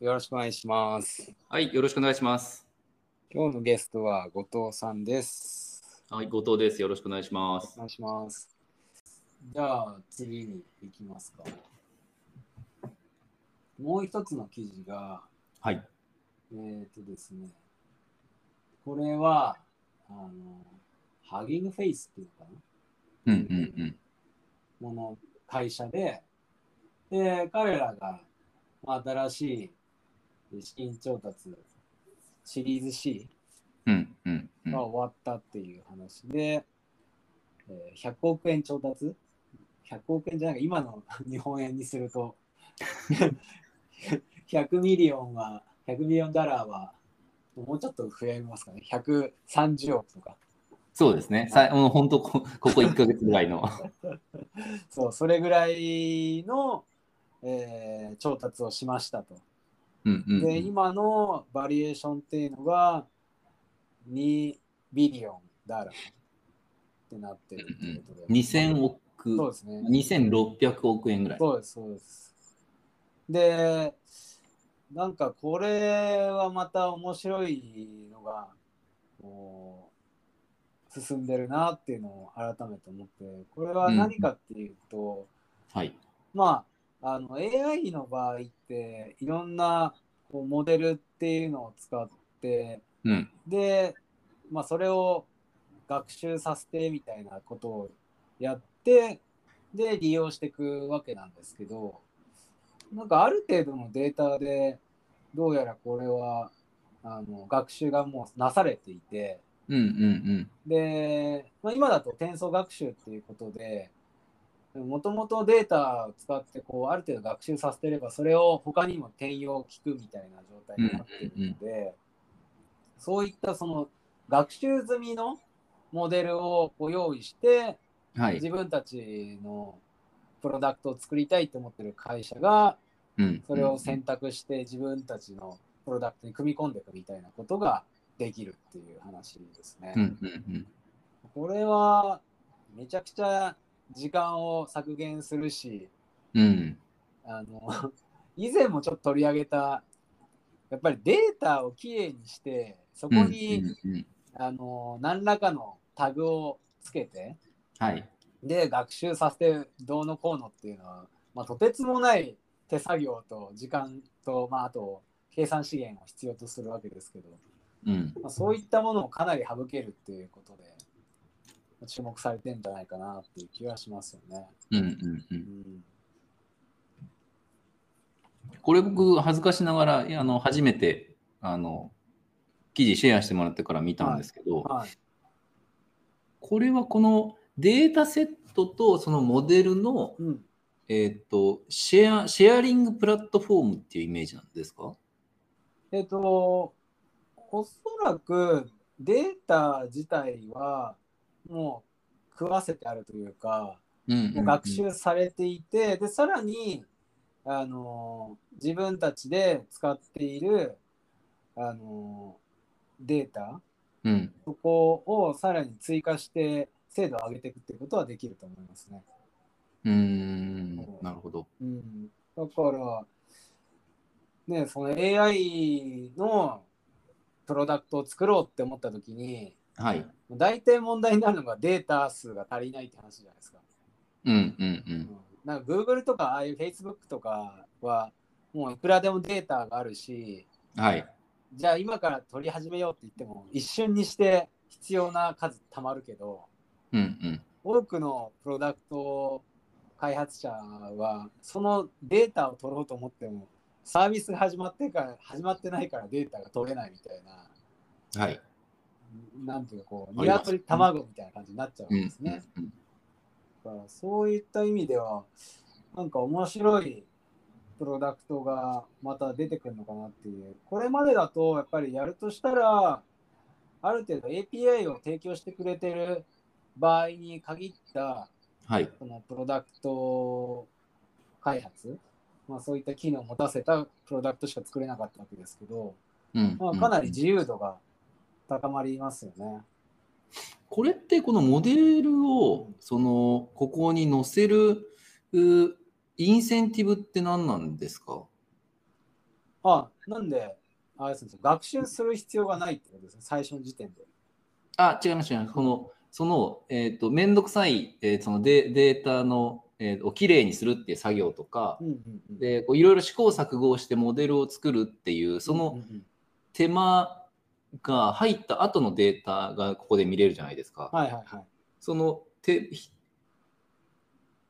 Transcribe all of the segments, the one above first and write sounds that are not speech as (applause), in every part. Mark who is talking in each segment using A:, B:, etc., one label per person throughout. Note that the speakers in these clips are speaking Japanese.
A: よろしくお願いします。
B: はい、よろしくお願いします。
A: 今日のゲストは後藤さんです。
B: はい、後藤です。よろしくお願いしま
A: お
B: す。
A: 願いします。じゃあ次に行きますか。もう一つの記事が、
B: はい。
A: えっ、とですね、これは、あの、ハギングフェイスっていうのかな
B: うんうん
A: もの会社で、で、彼らがまあ新しい資金調達シリーズ C
B: うん。うんうんう
A: が終わったっていう話で、えー100億円調達 ?100 億円じゃないか、今の (laughs) 日本円にすると、100ミリオンは、100ミリオンダラーは、もうちょっと増えますかね、130億とか。
B: そうですね。さもう本当こ、ここ1ヶ月ぐらい
A: (laughs)
B: の。
A: そう、それぐらいの、えー調達をしましたと。
B: うんうんうん、
A: で、今のバリエーションっていうのが2ビリオンダラーってなってるっていうことで。
B: 2000億、
A: そうですね。
B: 2600億円ぐらい。
A: そうです、そうです。で、なんかこれはまた面白いのが、こう、進んでるなっていうのを改めて思って、これは何かっていうと、
B: はい。
A: まあ、あの AI の場合って、いろんなこうモデルっていうのを使って、
B: うん。
A: で、まあ、それを学習させてみたいなことをやってで利用していくわけなんですけどなんかある程度のデータでどうやらこれはあの学習がもうなされていて
B: うんうん
A: で、まあ、今だと転送学習っていうことでもともとデータを使ってこうある程度学習させてればそれを他にも転用を聞くみたいな状態になってるので、そういったその学習済みのモデルをこう用意して
B: うん。はい。
A: 自分たちのプロダクトを作りたいと思ってる会社が
B: うん。
A: それを選択して自分たちのプロダクトに組み込んでいくみたいなことができるっていう話ですね。
B: うんうんうん。
A: これはめちゃくちゃ時間を削減するし、
B: うん。
A: あの (laughs) 以前もちょっと取り上げた、やっぱりデータをきれいにして、そこに、
B: うんうんうん
A: あの何らかのタグをつけて、
B: はい。
A: で、学習させてどうのこうのっていうのは、まあ、とてつもない手作業と時間と、まあ、あと計算資源を必要とするわけですけど、
B: うん。
A: まあ、そういったものをかなり省けるっていうことで、まあ注目されてんじゃないかなっていう気はしますよね。
B: うんうんう。
A: うんん、
B: これ僕、恥ずかしながら、いやあの、初めて、あの、記事シェアしてもらってから見たんですけど、
A: はい。
B: これはこのデータセットとそのモデルの、
A: うん。
B: えーっとシェアシェアリングプラットフォームっていうイメージなんですか
A: えっ、と、おそらくデータ自体はもう食わせてあるというか、
B: うん
A: もう学習されていて、で、さらに、あのー自分たちで使っている、あのーデータ、
B: うん
A: そこをさらに追加して精度を上げていくっていうことはできると思いますね。
B: うーんなるほど
A: うん、だから、ね、その AI のプロダクトを作ろうって思った時に
B: はい
A: 大体問題になるのがデータ数が足りないって話じゃないですか。
B: うんう
A: うんん、なんか Google とかああいう Facebook とかはもういくらでもデータがあるし
B: うんはい
A: じゃあ今から取り始めようって言っても一瞬にして必要な数たまるけど
B: うんうん
A: 多くのプロダクト開発者はそのデータを取ろうと思ってもサービスが始まってから始まってないからデータが取れないみたいな
B: はい
A: なんていうかこう
B: あります
A: 鶏卵みたいな感じになっちゃう
B: うんん
A: です
B: う
A: ね
B: ん。うん
A: だからそういった意味ではなんか面白いプロダクトがまた出てくるのかなっていうこれまでだとやっぱりやるとしたらある程度 API を提供してくれてる場合に限った
B: はい
A: そのプロダクト開発、まあ、そういった機能を持たせたプロダクトしか作れなかったわけですけど、
B: うん
A: まあ、かなり自由度が高まりますよね。
B: これってこのモデルをそのここに載せるうインセンティブって何なんですか
A: あ、なんで、あれですね学習する必要がないってことですね、最初の時点で。
B: あ、違います、違います。その、その、えっ、と、めんどくさい、えーそのデデータの、えーをきれいにするっていう作業とか
A: う、んうんうん
B: で、こういろいろ試行錯誤をしてモデルを作るっていう、そ
A: うん
B: の
A: うんうん
B: 手間が入った後のデータがここで見れるじゃないですか。
A: はいはいはい。
B: その手、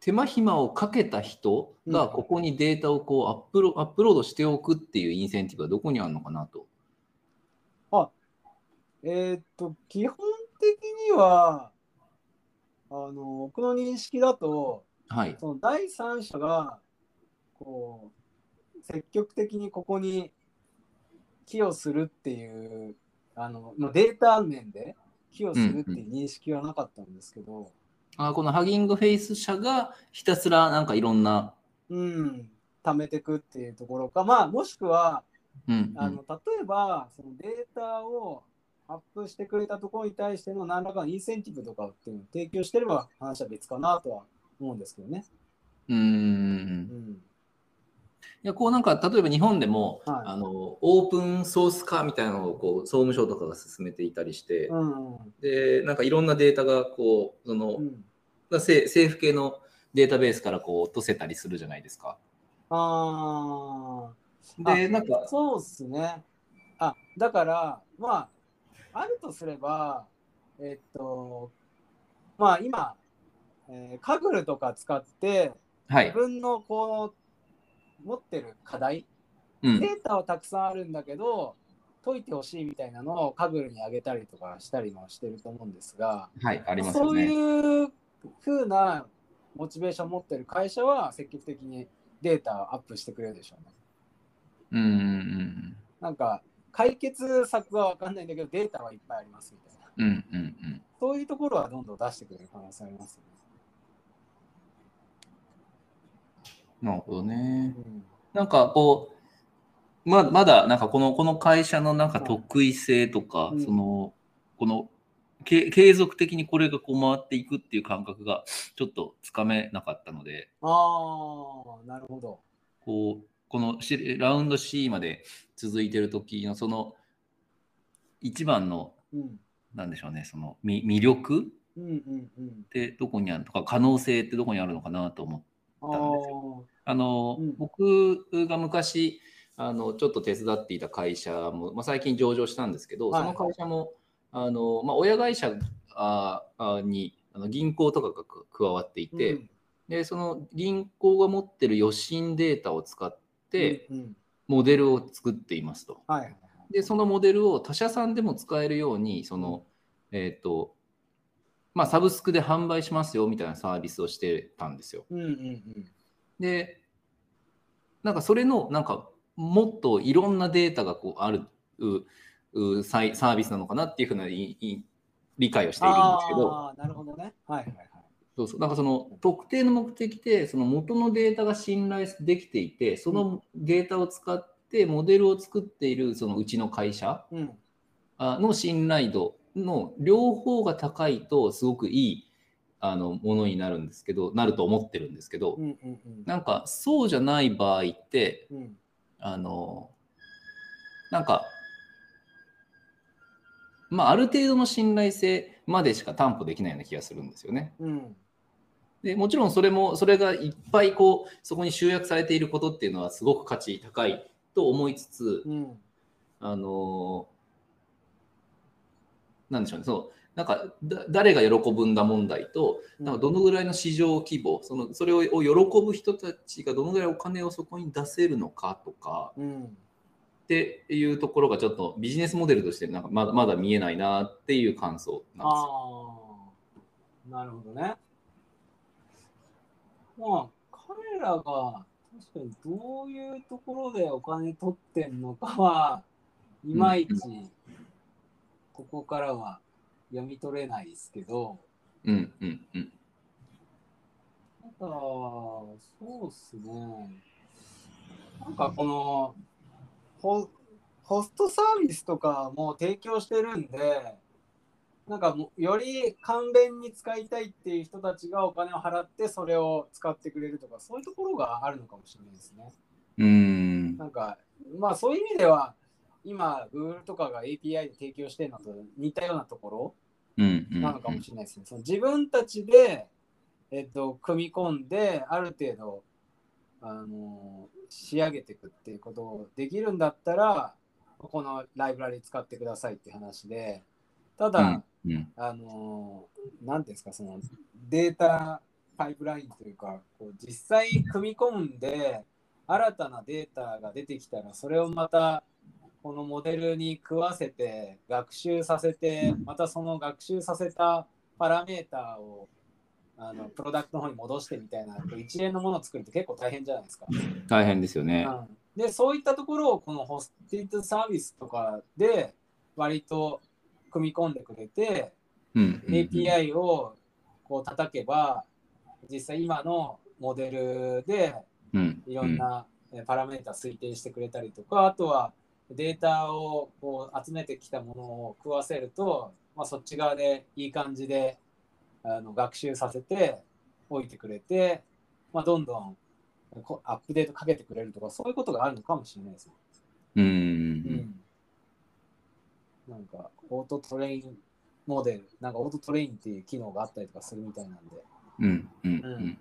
B: 手間暇をかけた人がここにデータをこうアップロアップロードしておくっていうインセンティブはどこにあるのかなと。
A: えーっと、基本的には、あの、僕の認識だと、
B: はい。
A: その第三者が、こう、積極的にここに寄与するっていう、あの、まあデータ面で寄与するっていう認識はなかったんですけど、
B: あこのハギングフェイス社がひたすらなんかいろんな、
A: うん、貯めてくっていうところか、まあ、もしくは、
B: うんう
A: あ
B: ん
A: の例えばそのデータをアップしてくれたところに対しての何らかのインセンティブとかっていうのを提供してれば話は別かなとは思うんですけどね。
B: うー、
A: うんん、
B: いやこうなんか例えば日本でも、
A: はい
B: あのオープンソース化みたいなのをこう総務省とかが進めていたりして、
A: うんうん
B: でなんかいろんなデータがこうその、
A: うん、
B: せ政府系のデータベースからこう落とせたりするじゃないですか。
A: ああ
B: でなんか
A: そうっすね。あだからまああるとすればえっとまあ今、えーカグルとか使って
B: は
A: 自
B: い、
A: 分のこう持ってる課題
B: うん
A: データはたくさんあるんだけど解いてほしいみたいなのをカグルにあげたりとかしたりもしてると思うんですが
B: はい、ありますよ
A: そう
B: ね。
A: いう風なモチベーションを持ってる会社は積極的にデータをアップしてくれるでしょうね。
B: うんうん
A: なんか解決策は分かんないんだけどデータはいっぱいありますみたいな
B: うんうんうんうん
A: そういうところはどんどん出してくれる可能性ありますよ
B: なるほどね
A: ね。。
B: なんかこう、ままだなんかこのこの会社のなんか得意性とか、
A: うん
B: そのこのけ継続的にこれがこう回っていくっていう感覚がちょっとつかめなかったので、
A: ああなるほど。
B: こうこのしラウンド C まで続いてる時のその一番の
A: うん
B: なんでしょうねそのみ魅力っ
A: うんうんうん。
B: てどこにあるとか可能性ってどこにあるのかなと思って。
A: あ
B: んです
A: ー
B: あの、
A: うん
B: 僕が昔あのちょっと手伝っていた会社も、まあ、最近上場したんですけど、
A: はい
B: その会社もあの、まあ、親会社ああにあの銀行とかがく加わっていて、
A: うん
B: でその銀行が持ってる予診データを使って
A: うんうん
B: モデルを作っていますと。
A: はいはいはい。
B: でそのモデルを他社さんでも使えるようにその、えっ、とまあ、サブスクで販売しますよみたいなサービスをしてたんですよ。
A: うんうんうん。
B: で、なんかそれの、なんかもっといろんなデータがこうあるううサイサービスなのかなっていうふうないい理解をしているんですけど、
A: ああ、なるほどね。はいはいはい。
B: そうそうなんかその特定の目的で、その元のデータが信頼できていて、そのデータを使ってモデルを作っているそのうちの会社
A: うん。
B: あの信頼度の両方が高いと、すごくいいあのものになるんですけど、なると思ってるんですけど
A: う、んうんうん。
B: なんかそうじゃない場合って、
A: うん
B: あの、なんか、まあ、ある程度の信頼性までしか担保できないような気がするんですよね。
A: うん。
B: でもちろんそれも、それがいっぱいこう、そこに集約されていることっていうのはすごく価値高いと思いつつ、
A: うん。
B: あの、なんでしょうね、そう、なんかだ誰が喜ぶんだ問題と、なんかどのぐらいの市場規模、そのそれをを喜ぶ人たちがどのぐらいお金をそこに出せるのかとか、
A: うん。
B: っていうところがちょっとビジネスモデルとしてなんかまだまだ見えないなっていう感想なんです
A: あ
B: よ。
A: あ。なるほどね。まあ、彼らが確かにどういうところでお金取ってんのかは、いまいち、ここからは読み取れないですけど、
B: うんうんうん。
A: なんか、そうっすね。なんかこのホ、ホストサービスとかも提供してるんで、なんかもうより簡便に使いたいっていう人たちがお金を払ってそれを使ってくれるとか、そういうところがあるのかもしれないですね。
B: うーん
A: なんか、まあそういう意味では、今、Google とかが API で提供してるのと似たようなとこ
B: うんう
A: ろ
B: ん
A: なのかもしれないですね。その自分たちで、えっと、組み込んで、ある程度、あの仕上げていくっていうことをできるんだったら、このライブラリ使ってくださいって話で、ただ、
B: うんうん
A: あのーなんていうんですか、そのデータパイプラインというか、こう実際組み込んで、新たなデータが出てきたら、それをまたこのモデルに食わせて、学習させて、またその学習させたパラメーターをあのプロダクトの方に戻してみたいな、一連のものを作るって結構大変じゃないですか。
B: 大変ですよね。
A: うん、でそういったところをこのホスティッドサービスとかで割と組み込んでくれて、
B: うんうんうん
A: API をこう叩けば実際今のモデルで
B: うん
A: いろんなえーパラメータ推定してくれたりとか、あとはデータをこう集めてきたものを食わせると、まあ、そっち側でいい感じであの学習させておいてくれて、まあ、どんどんこアップデートかけてくれるとかそういうことがあるのかもしれないですね。
B: うんうん
A: なんかオートトレインモデルなんかオートトレインっていう機能があったりとかするみたいなんで、
B: うんうんうん
A: う
B: うんん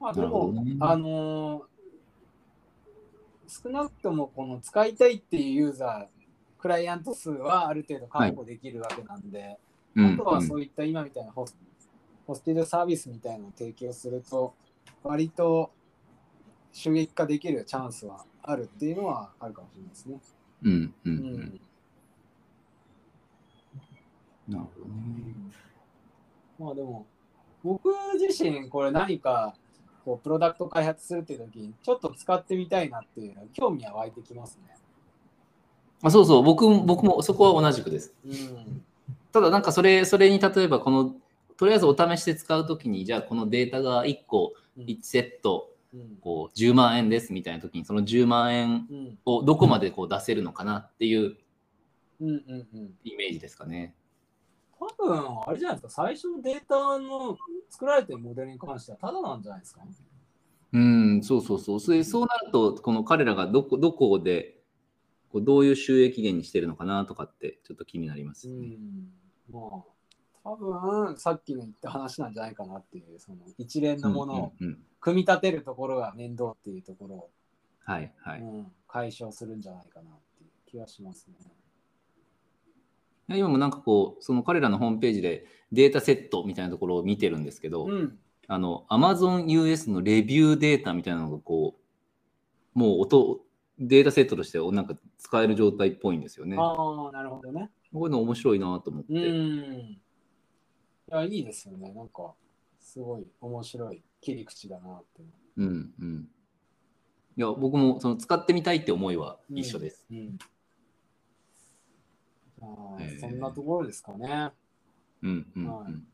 A: まあ、で
B: なるほ
A: も
B: どね
A: あのー少なくともこの使いたいっていうユーザークライアント数はある程度確保できるわけなんで、
B: うん
A: あとはそういった今みたいなホスホスティルサービスみたいなのを提供すると割と収益化できるチャンスはあるっていうのはあるかもしれないですね。
B: うんう
A: うん
B: うん
A: ん
B: なるほどね。
A: まあでも僕自身これ何かこうプロダクト開発するっていう時にちょっと使ってみたいなっていうのは興味は湧いてきますね。
B: あそうそう、僕も僕もそこは同じくです。
A: うん
B: ただなんかそれそれに例えばこのとりあえずお試しで使うときにじゃあこのデータが1個
A: うん
B: 1セット
A: うん
B: こう10万円ですみたいなときにその10万円
A: うん
B: をどこまでこう出せるのかなっていう
A: うんうんうん
B: イメージですかね。
A: 多分あれじゃないですか最初のデータの作られてるモデルに関してはただなんじゃないですか
B: うん、そうそうそう。それそうなるとこの彼らがどこどこでこうどういう収益源にしてるのかなとかってちょっと気になります
A: う
B: よね。
A: んまあ多分さっきの言った話なんじゃないかなっていうその一連のものを
B: うんうんうん
A: 組み立てるところが面倒っていうところを、
B: はいはい。
A: うん、解消するんじゃないかなっていう気がしますね。
B: いや今もなんかこう、その彼らのホームページでデータセットみたいなところを見てるんですけど、
A: うん、
B: あの、Amazon US のレビューデータみたいなのがこう、もう音、データセットとしてなんか使える状態っぽいんですよね。
A: あ
B: こ
A: あなるほどね。
B: ういうの面白いなと思って。
A: うん。いやいいですよねなんかすごい面白い切り口だなって。
B: うんうんいや、僕もその使ってみたいって思いは一緒です。
A: うん。あー
B: えー
A: そんなところですかね。
B: うんうん、うん
A: はい